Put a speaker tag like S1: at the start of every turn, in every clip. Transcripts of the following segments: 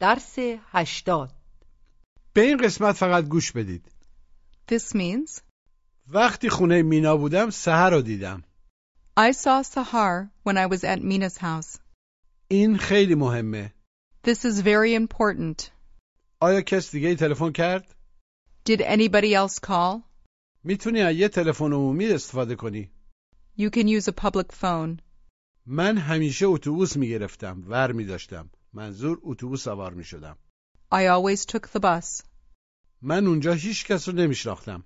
S1: درس هشتاد
S2: به این قسمت فقط گوش بدید
S3: This means,
S2: وقتی خونه مینا بودم سهر رو دیدم
S3: I saw Sahar when I was at Mina's house.
S2: این خیلی مهمه
S3: This is very important.
S2: آیا کس دیگه ای تلفن کرد؟
S3: Did anybody else call?
S2: میتونی از یه تلفن عمومی استفاده کنی
S3: You can use a public phone.
S2: من همیشه اتوبوس میگرفتم ور میداشتم منظور اتوبوس سوار میشدم
S3: I always took the bus.
S2: من اونجا هیچ کس رو نمیشناختم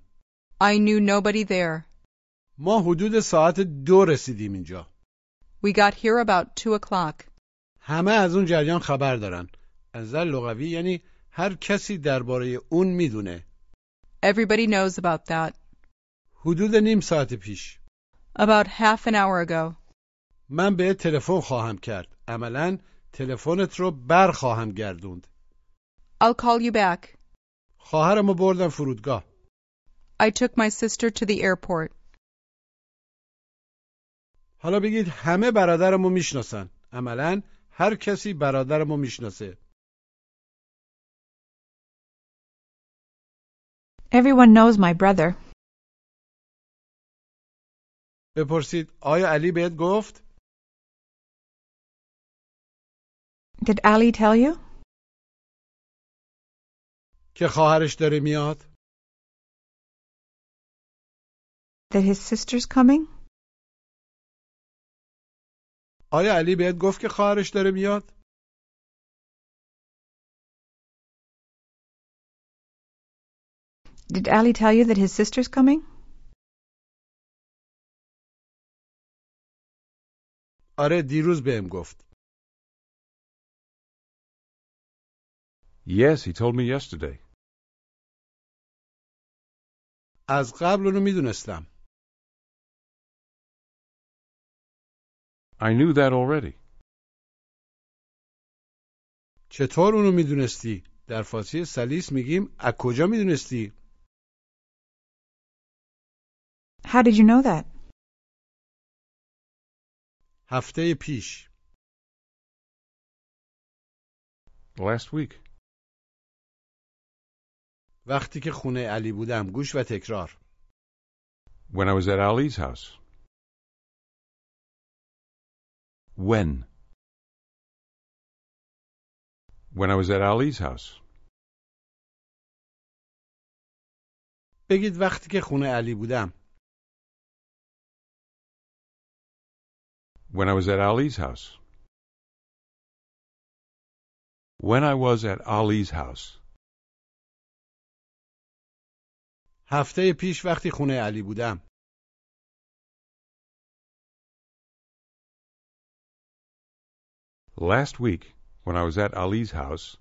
S3: I knew nobody there.
S2: ما حدود ساعت دو رسیدیم اینجا
S3: We got here about two o'clock.
S2: همه از اون جریان خبر دارن از نظر لغوی یعنی هر کسی درباره اون میدونه
S3: Everybody knows about that.
S2: حدود نیم ساعت پیش
S3: About half an hour ago,
S2: من به تلفن خواهم کرد عملا تلفنت رو بر خواهم گردوند
S3: I'll call you back.
S2: خواهرمو بردم فرودگاه
S3: I took my sister to the airport.
S2: حالا بگید همه برادرمو میشناسن عملا هر کسی برادرمو میشناسه
S4: Everyone knows my brother.
S2: بپرسید آیا علی بهت گفت
S4: Did Ali tell you?
S2: که خواهرش داره میاد
S4: That his sister's coming?
S2: آیا علی بهت گفت که خواهرش داره میاد
S4: Did Ali tell you that his sister's coming?
S2: آره دیروز بهم گفت
S5: Yes, he told me yesterday.
S2: از قبل اونو میدونستم
S5: I knew that already.
S2: چطور اونو میدونستی در فارسی سلیس میگیم از کجا میدونستی
S4: How did you know that?
S2: هفته پیش
S5: Last week.
S2: وقتی که خونه علی بودم گوش و تکرار
S5: When I was at Ali's house. When? When I was at Ali's house.
S2: بگید وقتی که خونه علی بودم
S5: When I was at Ali's house. When I was at Ali's house.
S2: هفته پیش وقتی خونه علی بودم
S5: Last week, when I was at Ali's house,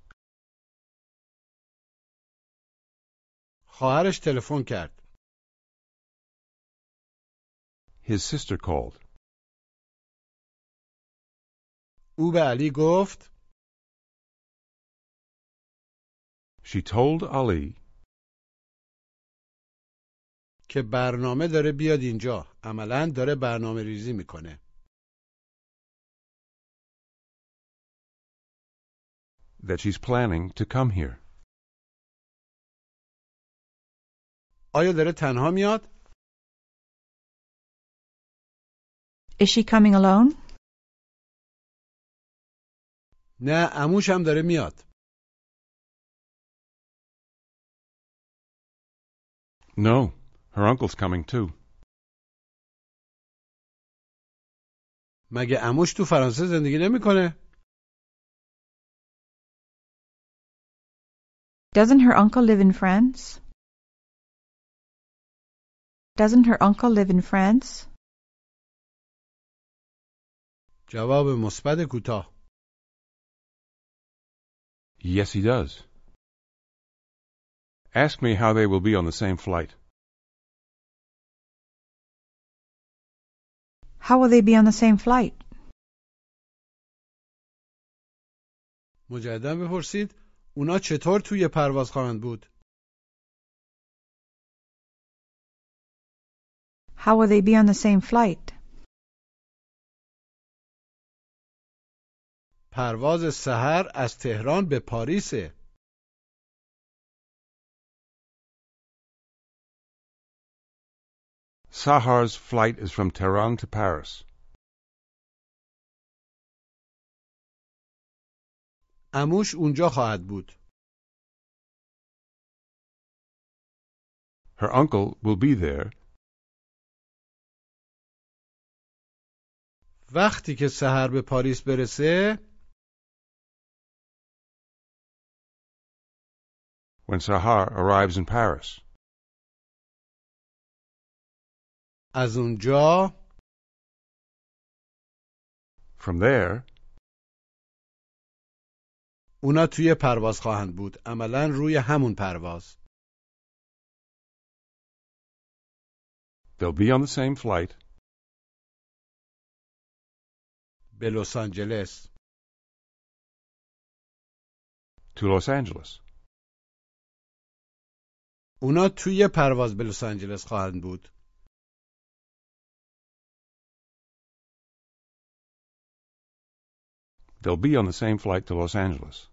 S2: خواهرش تلفن کرد
S5: his sister called.
S2: او به علی گفت
S5: She told Ali
S2: که برنامه داره بیاد اینجا عملا داره برنامه ریزی میکنه
S5: that she's planning to come here.
S2: آیا داره تنها میاد
S4: Is she coming alone?
S2: نه عموش هم داره میاد
S5: No, her uncle's coming too.
S2: مگه عموش تو فرانسه زندگی نمیکنه
S4: Doesn't her uncle live in France? Doesn't her uncle live in France?
S2: جواب مثبت کوتاه
S5: Yes, he does. Ask me how they will be on the same flight.
S4: How will they be on the same flight?
S2: مجددا بپرسید اونا چطور توی پرواز خواهند بود
S4: How will they be on the same flight?
S2: پرواز سحر از تهران به پاریسه.
S5: Sahar's flight is from Tehran to Paris.
S2: عموش اونجا خواهد بود.
S5: Her uncle will be there
S2: وقتی که سحر به پاریس برسه،
S5: when Sahar arrives in Paris.
S2: از اونجا
S5: From there,
S2: اونا توی پرواز خواهند بود. عملا روی همون پرواز.
S5: they'll be on the same flight
S2: به لس آنجلس.
S5: to Los Angeles.
S2: اونا توی پرواز به لس آنجلس خواهند بود.
S5: They'll be on the same flight to Los Angeles.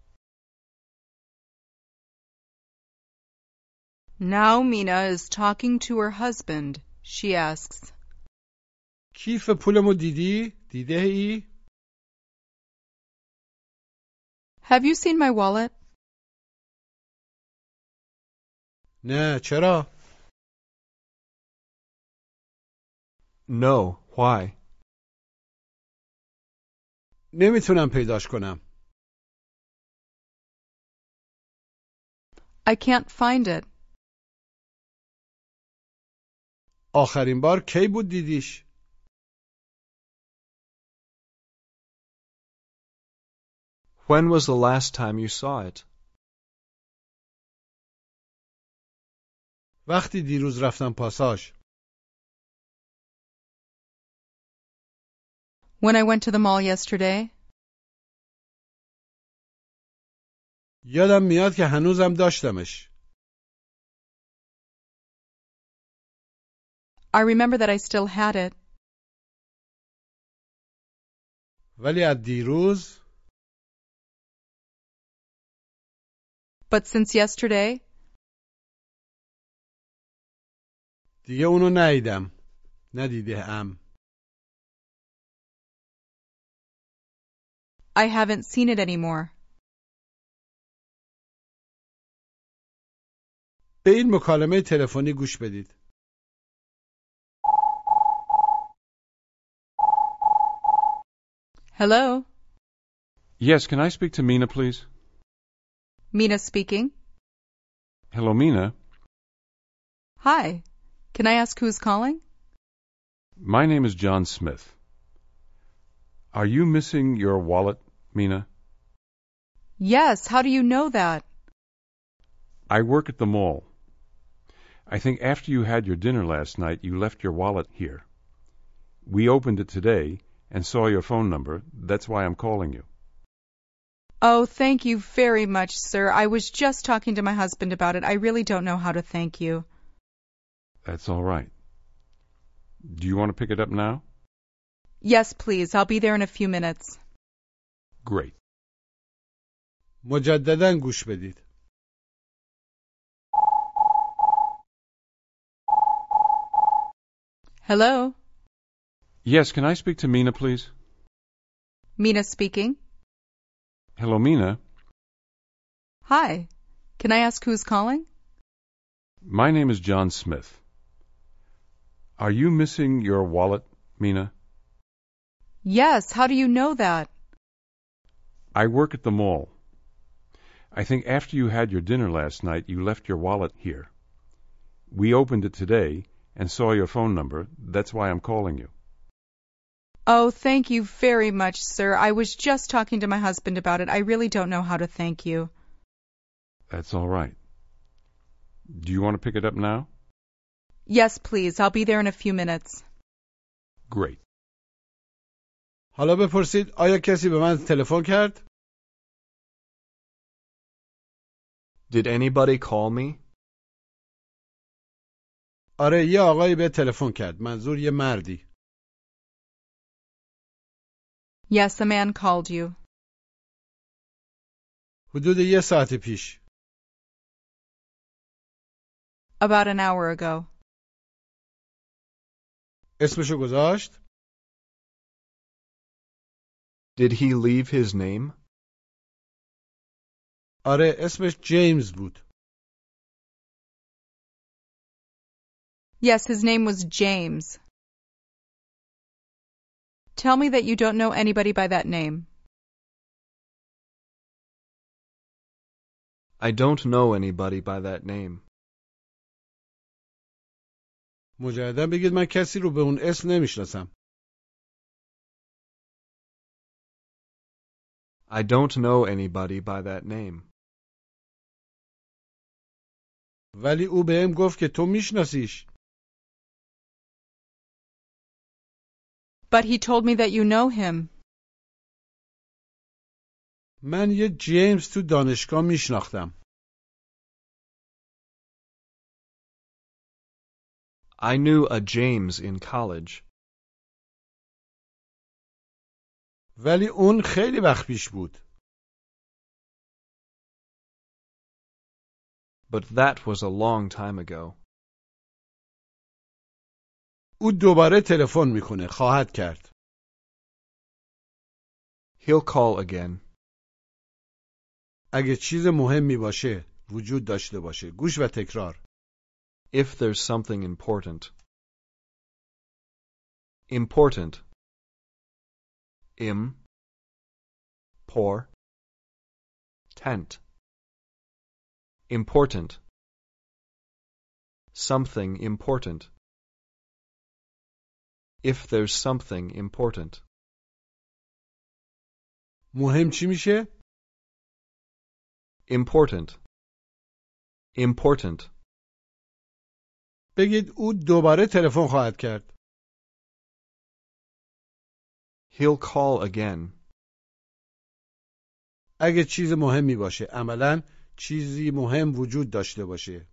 S3: Now Mina is talking to her husband. She asks,
S2: کیف پولمو دیدی؟ دیده ای؟
S3: Have you seen my wallet?
S2: نه چرا؟
S1: No, why?
S2: نمیتونم پیداش کنم.
S3: I can't find it.
S2: آخرین بار کی بود دیدیش؟
S1: When was the last time you saw it?
S2: وقتی دیروز رفتم پاساژ.
S3: When I went to the mall yesterday,
S2: یادم میاد که هنوزم داشتمش.
S3: I remember that I still had it,
S2: ولی از دیروز
S3: but since yesterday,
S2: دیگه اونو ندیدم. ندیده ام.
S3: I haven't seen it anymore.
S2: به این مکالمه تلفنی گوش بدید.
S3: Hello?
S5: Yes, can I speak to Mina, please?
S3: Mina speaking.
S5: Hello, Mina.
S3: Hi. Can I ask who's calling?
S5: My name is John Smith. Are you missing your wallet, Mina?
S3: Yes, how do you know that?
S5: I work at the mall. I think after you had your dinner last night, you left your wallet here. We opened it today and saw your phone number. That's why I'm calling you.
S3: Oh, thank you very much, sir. I was just talking to my husband about it. I really don't know how to thank you.
S5: That's all right. Do you want to pick it up now?
S3: Yes, please. I'll be there in a few minutes.
S5: Great.
S2: مجددا گوش بدید.
S3: Hello?
S5: Yes, can I speak to Mina, please?
S3: Mina speaking.
S5: Hello, Mina.
S3: Hi. Can I ask who's calling?
S5: My name is John Smith. Are you missing your wallet, Mina?
S3: Yes, how do you know that?
S5: I work at the mall. I think after you had your dinner last night, you left your wallet here. We opened it today and saw your phone number. That's why I'm calling you.
S3: Oh, thank you very much, sir. I was just talking to my husband about it. I really don't know how to thank you.
S5: That's all right. Do you want to pick it up now?
S3: Yes, please. I'll be there in a few minutes.
S5: Great.
S2: حالا بپرسید آیا کسی به من تلفن کرد؟
S1: Did anybody call me?
S2: آره یه آقایی به تلفن کرد. منظور یه مردی.
S3: Yes, a man called you.
S2: حدود یه ساعت پیش
S3: About an hour ago.
S2: اسمشو گذاشت
S1: Did he leave his name?
S2: آره اسمش جیمز بود
S3: Yes, his name was James. Tell me that you don't know anybody by that name.
S1: I don't know anybody by that name.
S2: مجددا بگید من کسی رو به اون اسم نمیشناسم
S1: I don't know anybody by that name.
S2: ولی او بهم گفت که تو میشناسیش
S3: But he told me that you know him.
S2: من یه جیمز تو دانشگاه میشناختم
S1: I knew a James in college,
S2: ولی اون خیلی وقت پیش بود
S1: but that was a long time ago.
S2: او دوباره تلفن میکنه خواهد کرد
S1: He'll call again,
S2: اگه چیز مهمی باشه وجود داشته باشه گوش و تکرار
S1: if there's something important. Important. Im. Por. Tent. Important. Something important. If there's something important.
S2: مهم چی میشه
S1: Important. Important.
S2: بگید او دوباره تلفن خواهد کرد
S1: He'll call again.
S2: اگه چیز مهمی باشه عملا چیزی مهم وجود داشته باشه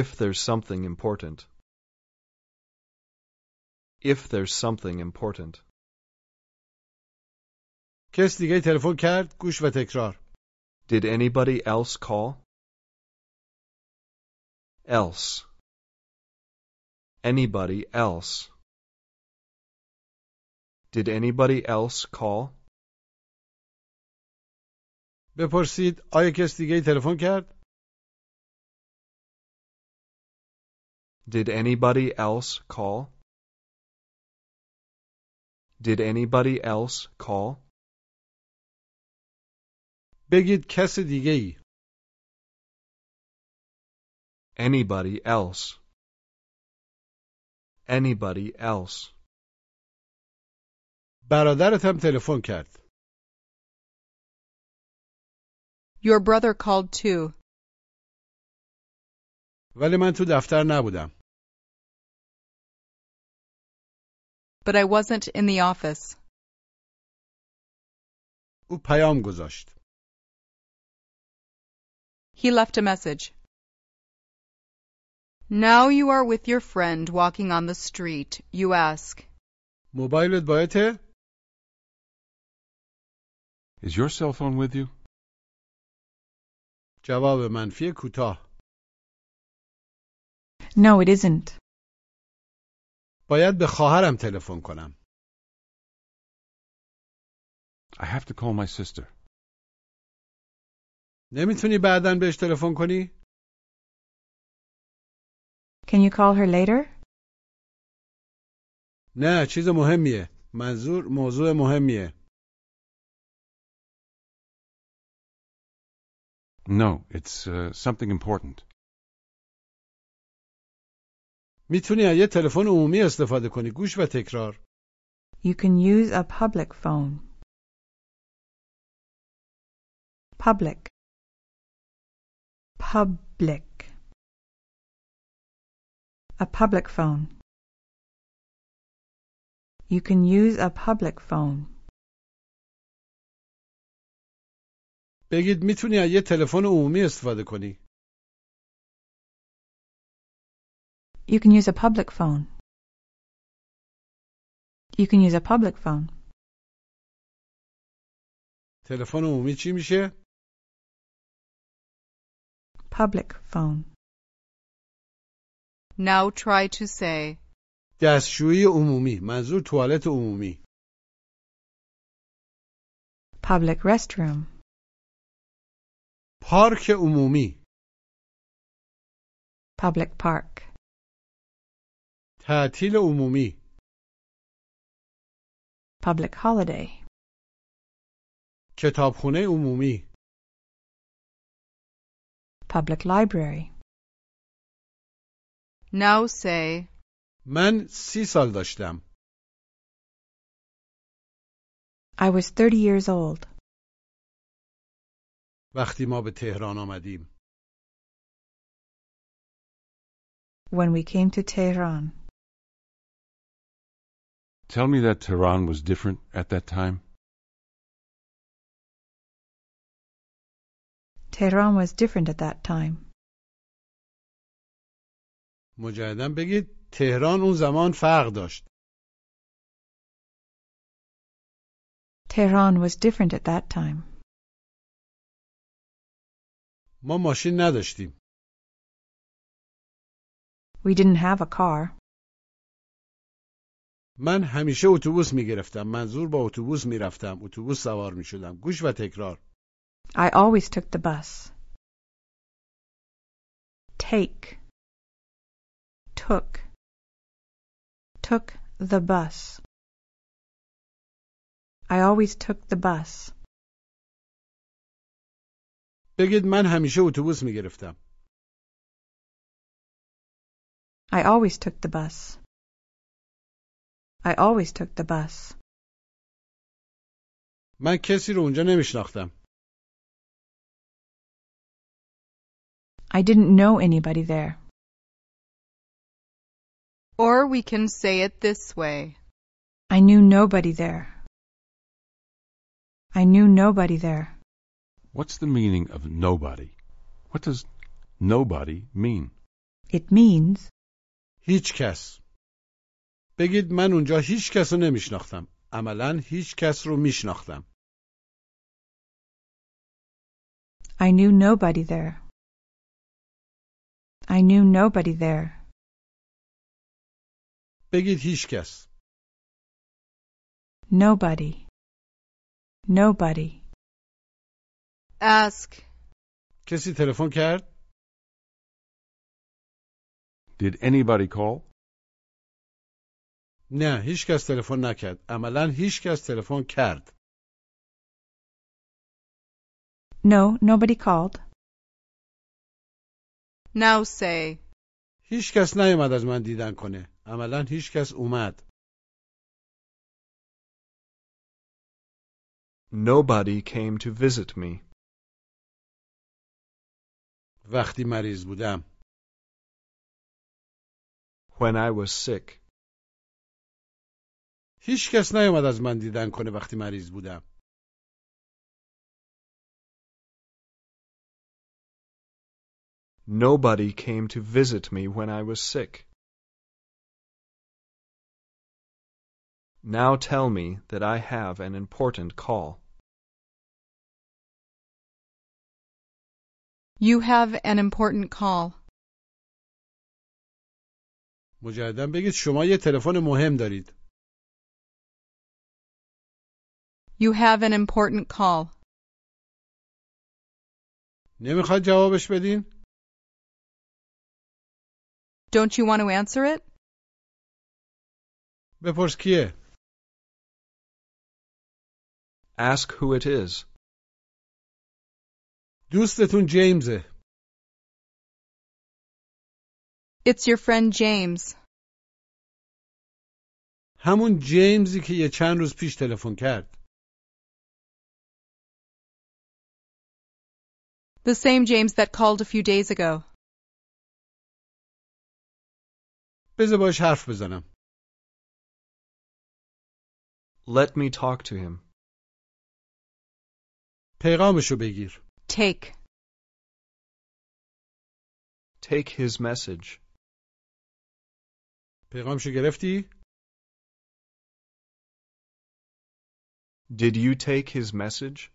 S1: If there's something important. If there's something important.
S2: کس دیگه تلفن کرد گوش و تکرار
S1: Did anybody else call? Else. Anybody else. Did anybody else call?
S2: بپرسید آیا کس دیگه تلفن کرد
S1: Did anybody else call? Did anybody else call?
S2: بگید کس دیگه ای
S1: Anybody else? Anybody else?
S2: برادرت هم تلفن کرد
S3: Your brother called too.
S2: ولی من تو دفتر نبودم
S3: but I wasn't in the office.
S2: او پیام گذاشت
S3: He left a message. Now you are with your friend walking on the street. You ask,
S2: موبایلت باته
S5: Is your cell phone with you?
S2: جواب منفی کوتاه
S4: No, it isn't.
S2: باید به خواهرم تلفن کنم
S5: I have to call my sister.
S2: نمیتونی بعدا بهش تلفن کنی
S4: Can you call her later?
S2: نه چیز مهمیه منظور موضوع مهمیه
S5: No, it's uh, something important.
S2: میتونی از یه تلفن عمومی استفاده کنی گوش و تکرار
S4: You can use a public phone. Public. Public. A public phone. You can use a public phone.
S2: بگید میتونی از یه تلفن عمومی استفاده کنی
S4: You can use a public phone. You can use a public phone.
S2: تلفن عمومی چی میشه؟
S4: public phone,
S3: Now try to say
S2: دستشویی عمومی منظور توالت عمومی
S4: public restroom,
S2: پارک عمومی
S4: public park,
S2: تعطیل عمومی
S4: public holiday,
S2: کتابخونه عمومی
S4: public library.
S3: Now say
S2: من سی سال داشتم
S4: I was 30 years old
S2: وقتی ما به تهران آمدیم
S4: when we came to Tehran.
S5: Tell me that Tehran was different at that time.
S4: Tehran was different at that time.
S2: مجددا بگید تهران اون زمان فرق داشت
S4: Tehran was different at that time.
S2: ما ماشین نداشتیم
S4: We didn't have a car.
S2: من همیشه اتوبوس میگرفتم منظور با اتوبوس میرفتم اتوبوس سوار میشدم گوش و تکرار
S4: I always took the bus. Take. Took. Took the bus. I always took the bus.
S2: بگید من همیشه اتوبوس میگرفتم
S4: I always took the bus. I always took the bus.
S2: من کسی رو اونجا نمیشناختم
S4: I didn't know anybody there.
S3: or we can say it this way.
S4: I knew nobody there. I knew nobody there.
S5: What's the meaning of nobody? What does nobody mean?
S4: It means
S2: هیچ کس بگید من اونجا هیچ کس رو نمیشناختم عملا هیچ کس رو میشناختم
S4: I knew nobody there. I knew nobody there.
S2: بگید هیچ کس
S4: Nobody. Nobody.
S3: Ask
S2: کسی تلفن کرد
S5: Did anybody call?
S2: نه هیچ کس تلفن نکرد عملا هیچ کس تلفن کرد
S4: No, nobody called.
S3: Now say
S2: هیچ کس نیومد از من دیدن کنه عملا هیچ کس اومد
S1: Nobody came to visit me.
S2: وقتی مریض بودم
S1: When I was sick,
S2: هیچ کس نیومد از من دیدن کنه وقتی مریض بودم
S1: nobody came to visit me when I was sick. Now tell me that I have an important call.
S3: you have an important call.
S2: مجددا بگید شما یه تلفن مهم دارید
S3: You have an important call.
S2: نمیخواد جوابش بدین
S3: Don't you want to answer it?
S2: بپرس کیه
S1: Ask who it is.
S2: دوستتون جیمزه
S3: It's your friend James.
S2: همون جیمزی که یه چند روز پیش تلفن کرد
S3: The same James that called a few days ago.
S2: بذار باش حرف بزنم
S1: Let me talk to him.
S2: پیغامشو بگیر
S3: Take.
S1: Take his message.
S2: پیغامشو گرفتی
S1: Did you take his message?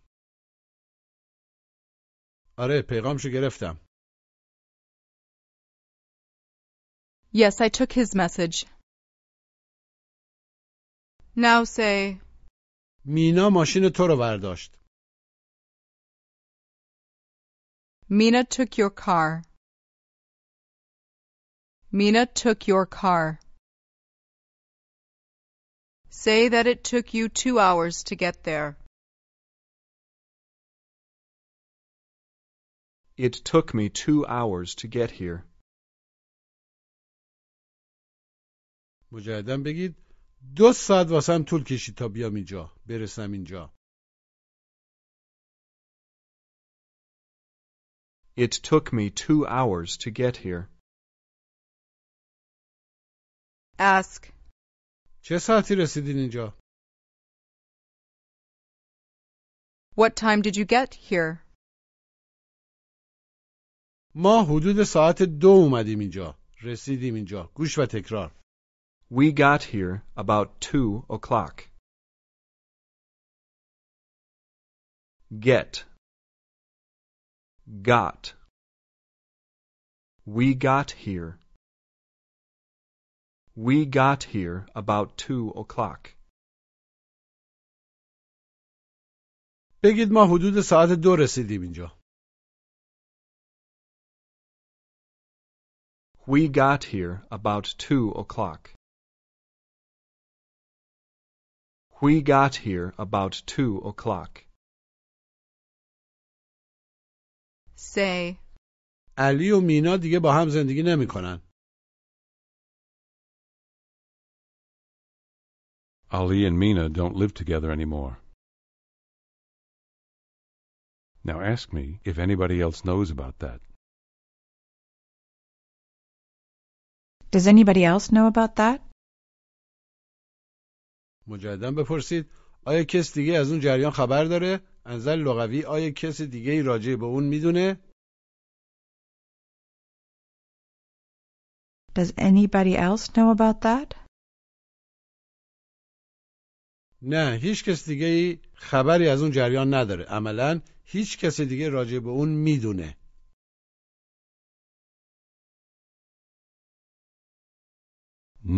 S2: آره پیغامشو گرفتم
S3: Yes, I took his message. Now say,
S2: مینا ماشین تو رو برداشت
S3: Mina took your car. Mina took your car. Say that it took you two hours to get there.
S1: It took me two hours to get here.
S2: مجددا بگید دو ساعت واسم طول کشید تا بیام اینجا برسم اینجا
S1: It took me two hours to get here.
S3: Ask,
S2: چه ساعتی رسیدین اینجا
S3: what time did you get here?
S2: ما حدود ساعت دو اومدیم اینجا رسیدیم اینجا گوش و تکرار
S1: We got here about two o'clock. Get. Got. We got here. We got here about two o'clock.
S2: بگید ما حدود ساعت دو رسیدیم اینجا
S1: We got here about two o'clock. We got here about two o'clock.
S3: Say,
S2: علی و مینا دیگه با هم زندگی نمیکنن
S5: Ali and Mina don't live together anymore. Now ask me if anybody else knows about that.
S4: Does anybody else know about that?
S2: مجددا بپرسید آیا کس دیگه از اون جریان خبر داره انزل لغوی آیا کس دیگه ای راجع به اون میدونه
S4: Does anybody else know about that?
S2: نه هیچ کس دیگه ای خبری از اون جریان نداره عملا هیچ کس دیگه راجع به اون میدونه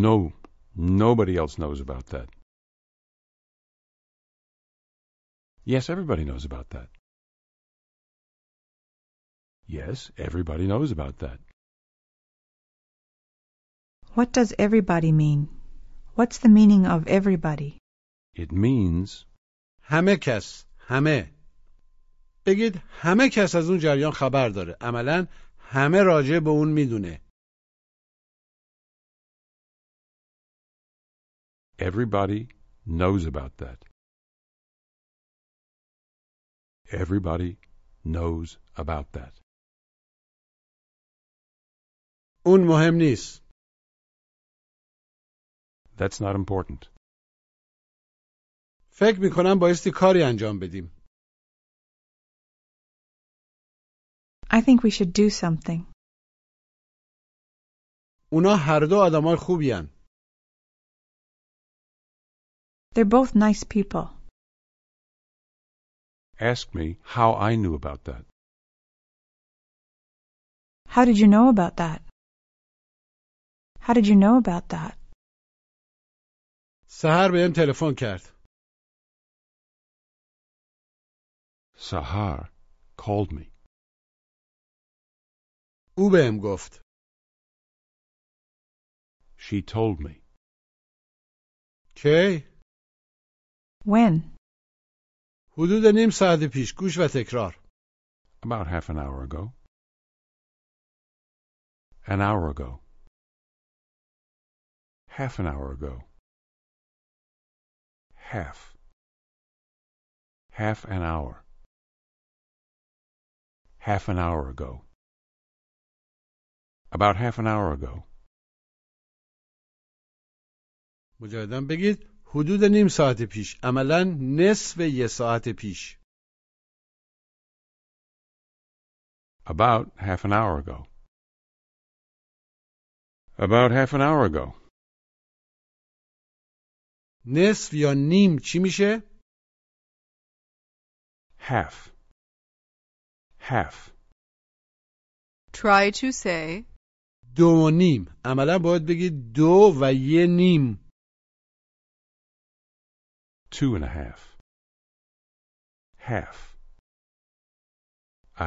S5: No, nobody else knows about that. Yes, everybody knows about that. Yes, everybody knows about that.
S4: What does everybody mean? What's the meaning of everybody?
S5: It means
S2: همه کس همه بگید همه کس از اون جریان خبر داره عملا همه راجع به اون میدونه
S5: everybody knows about that. Everybody knows about that.
S2: اون مهم نیست
S5: That's not important.
S2: فکر میکنم بایستی کاری انجام بدیم
S4: I think we should do something.
S2: اونا هر دو آدمای خوبی هن.
S4: They're both nice people.
S5: Ask me how I knew about that.
S4: How did you know about that? How did you know about that?
S2: سهر بهم تلفن کرد
S5: Sahar called me.
S2: او بهم گفت
S5: She told me.
S2: کی
S4: When?
S2: حدود نیم ساعت پیش گوش و تکرار
S5: About half an hour ago. An hour ago. Half an hour ago. Half. Half an hour. Half an hour ago. About half an hour ago.
S2: مجددا بگید حدود نیم ساعت پیش عملا نصف یه ساعت پیش
S5: About half an hour ago. About half an hour ago.
S2: نصف یا نیم چی میشه
S5: Half. Half.
S3: Try to say
S2: دو و نیم عملا باید بگید دو و یه نیم
S5: two and a half, half,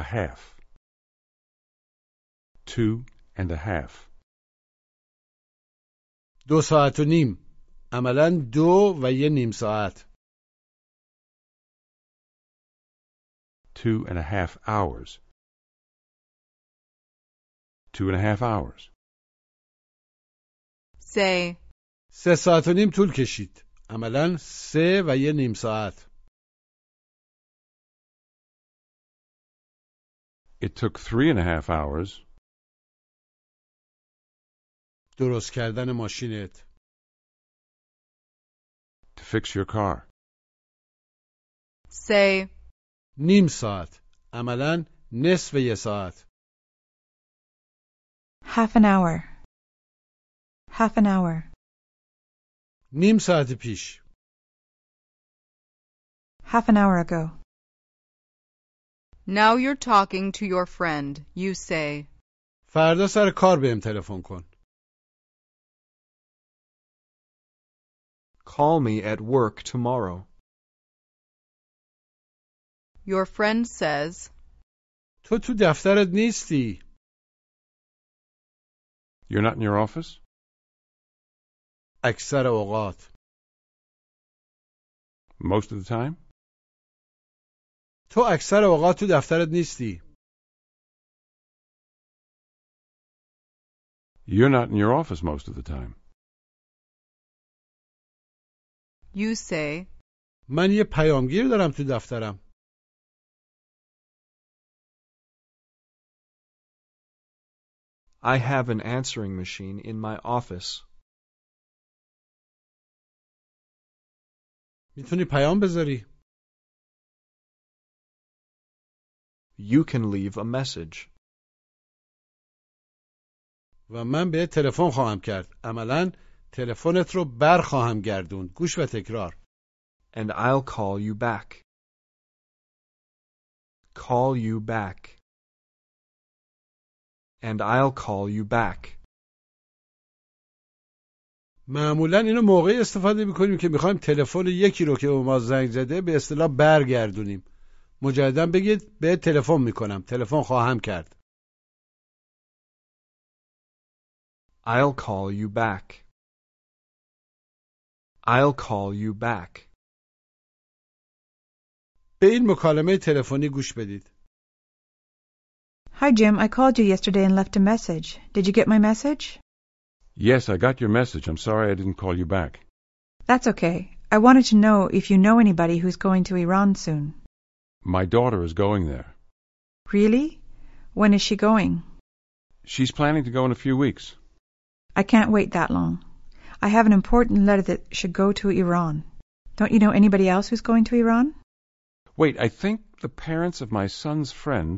S5: a half, two and a half,
S2: دو ساعت و نیم عملا دو و یه نیم ساعت
S5: two and a half hours, two and a half hours,
S3: say
S2: سه ساعت و نیم طول کشید عملا سه و یه نیم ساعت
S5: It took three and a half hours
S2: درست کردن ماشینت
S5: to fix your car.
S3: say
S2: نیم ساعت عملا نصف یه ساعت
S4: Half an hour. Half an hour.
S2: نیم ساعت پیش
S4: Half an hour ago.
S3: now you're talking to your friend. You say
S2: فردا سر کار بهم تلفن کن
S1: Call me at work tomorrow.
S3: your friend says
S2: تو تو دفترت نیستی
S5: You're not in your office?
S2: اکثر اوقات
S5: Most of the time?
S2: تو اکثر اوقات تو دفترت نیستی
S5: You're not in your office most of the time.
S3: you say
S2: من یه پیامگیر دارم تو دفترم
S1: I have an answering machine in my office.
S2: میتونی پیام بذاری
S1: You can leave a message.
S2: و من به تلفن خواهم کرد عملا تلفنت رو بر خواهم گردوند گوش و تکرار
S1: and I'll call you back. Call you back. And I'll call you back.
S2: معمولا اینو موقعی استفاده میکنیم که میخوایم تلفن یکی رو که به ما زنگ زده به اصطلاح برگردونیم مجددا بگید به تلفن میکنم تلفن خواهم کرد
S1: I'll call you back. I'll call you back.
S2: به این مکالمه تلفنی گوش بدید
S4: Hi, Jim. I called you yesterday and left a message. Did you get my message?
S5: Yes, I got your message. I'm sorry I didn't call you back.
S4: That's okay. I wanted to know if you know anybody who's going to Iran soon.
S5: My daughter is going there.
S4: Really? When is she going?
S5: She's planning to go in a few weeks.
S4: I can't wait that long. I have an important letter that should go to Iran. Don't you know anybody else who's going to Iran?
S5: Wait, I think the parents of my son's friend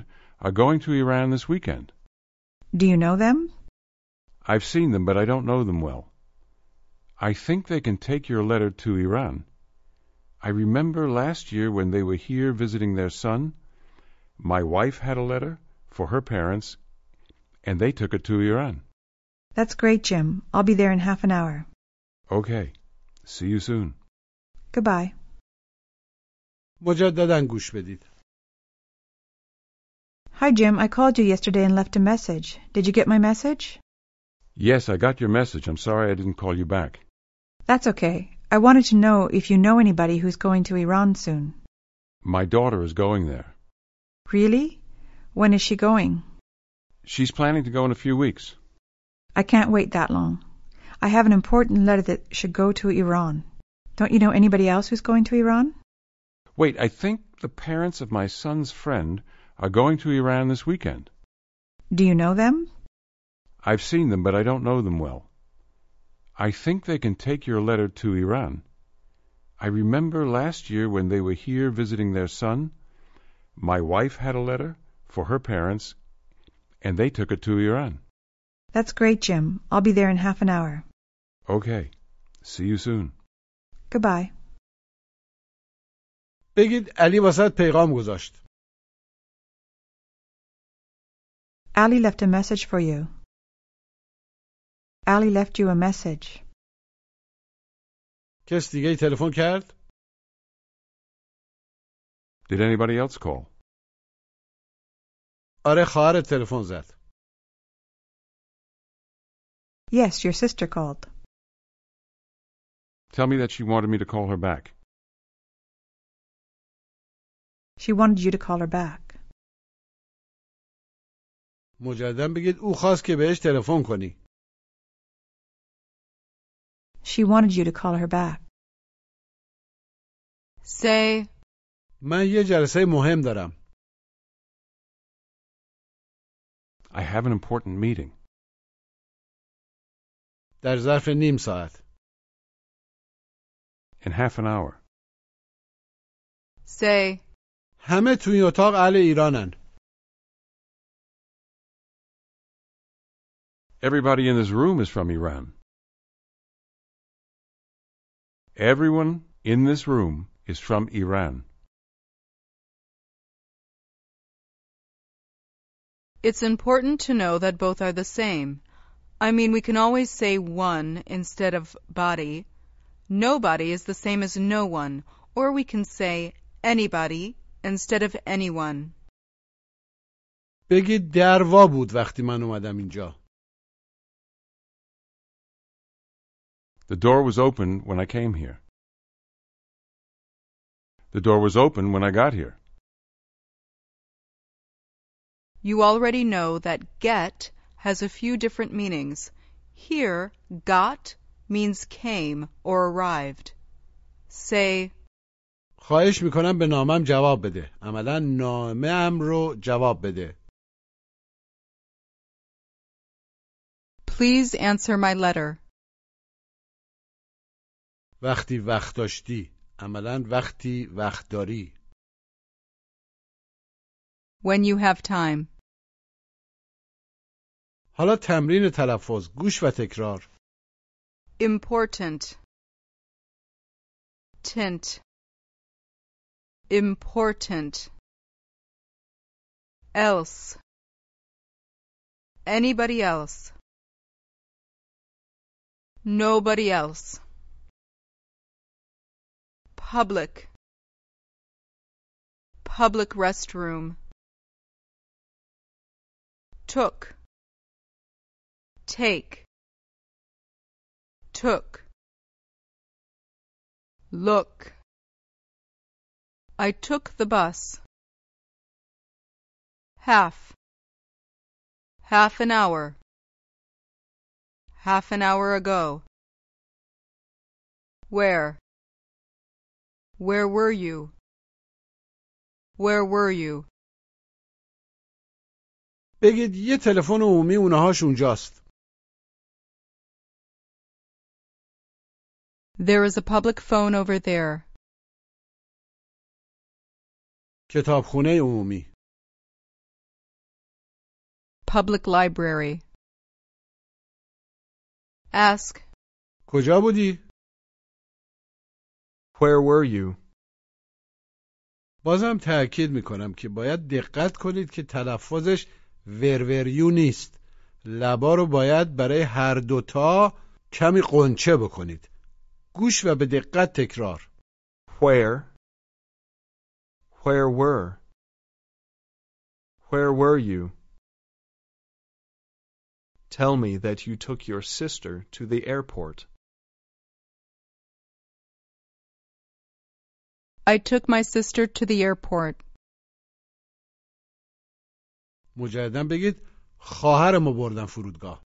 S5: are going to Iran this weekend.
S4: Do you know them?
S5: I've seen them, but I don't know them well. I think they can take your letter to Iran. I remember last year when they were here visiting their son, my wife had a letter for her parents, and they took it to Iran.
S4: That's great, Jim. I'll be there in half an hour.
S5: Okay. See you soon.
S4: Goodbye.
S2: مجددا گوش بدید
S4: Hi, Jim. I called you yesterday and left a message. Did you get my message?
S5: Yes, I got your message. I'm sorry I didn't call you back.
S4: That's okay. I wanted to know if you know anybody who's going to Iran soon.
S5: My daughter is going there.
S4: Really? When is she going?
S5: She's planning to go in a few weeks.
S4: I can't wait that long. I have an important letter that should go to Iran. Don't you know anybody else who's going to Iran?
S5: Wait, I think the parents of my son's friend are going to Iran this weekend.
S4: Do you know them?
S5: I've seen them, but I don't know them well. I think they can take your letter to Iran. I remember last year when they were here visiting their son, my wife had a letter for her parents, and they took it to Iran.
S4: That's great, Jim. I'll be there in half an hour.
S5: Okay. See you soon.
S4: Goodbye.
S2: بگید علی واسط پیغام گذاشت
S4: Ali left a message for you. Ali left you a message.
S2: کس دیگه ای تلفن کرد؟
S5: Did anybody else call?
S2: آره خواهرت تلفن زد.
S4: Yes, your sister called.
S5: Tell me that she wanted me to call her back.
S4: She wanted you to call her back.
S2: مجددا بگید او خواست که بهش تلفن کنی.
S4: She wanted you to call her back.
S3: Say,
S2: من یه جلسه مهم دارم.
S5: I have an important meeting
S2: در ظرف نیم ساعت.
S5: in half an hour.
S3: say,
S2: همه تو این اتاق اهل ایرانن.
S5: Everybody in this room is from Iran. Everyone in this room is from Iran.
S3: it's important to know that both are the same. I mean, we can always say one instead of body. Nobody is the same as no one, or we can say anybody instead of anyone.
S2: بگید دروا بود وقتی من اومدم اینجا.
S5: The door was open when I came here. The door was open when I got here.
S3: You already know that get has a few different meanings. Here, got means came or arrived. Say,
S2: خواهش میکنم به نامم جواب بده. عملا نامه ام رو جواب بده.
S3: please answer my letter.
S2: وقتی وقت داشتی. عملا وقتی وقت داری.
S3: When you have time.
S2: حالا تمرین تلفظ گوش و تکرار
S3: Important. Tint. Important. Else. Anybody else. Nobody else. Public. Public restroom. Took. Take took look I took the bus half half an hour half an hour ago where where were you where were you
S2: بگید یه تلفن عمومی اونهاش اونجاست
S3: there is a public phone over there
S2: کتابخونه عمومی
S3: public library ask
S2: کجا بودی
S1: Where were you?
S2: بازم تأکید میکنم که باید دقت کنید که تلفظش وروریو نیست لبا رو باید برای هر دوتا کمی قنچه بکنید گوش و به دقت تکرار
S1: Where? Where were? Where were you? Tell me that you took your sister to the airport.
S3: I took my sister to the airport
S2: مجددا بگید خواهرمو بردم فرودگاه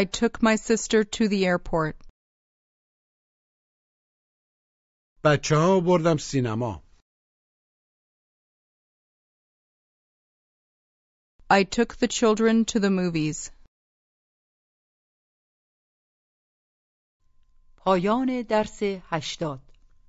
S3: I took my sister to the airport.
S2: بچه ها بردم سینما
S3: I took the children to the movies.
S6: پایان درس 80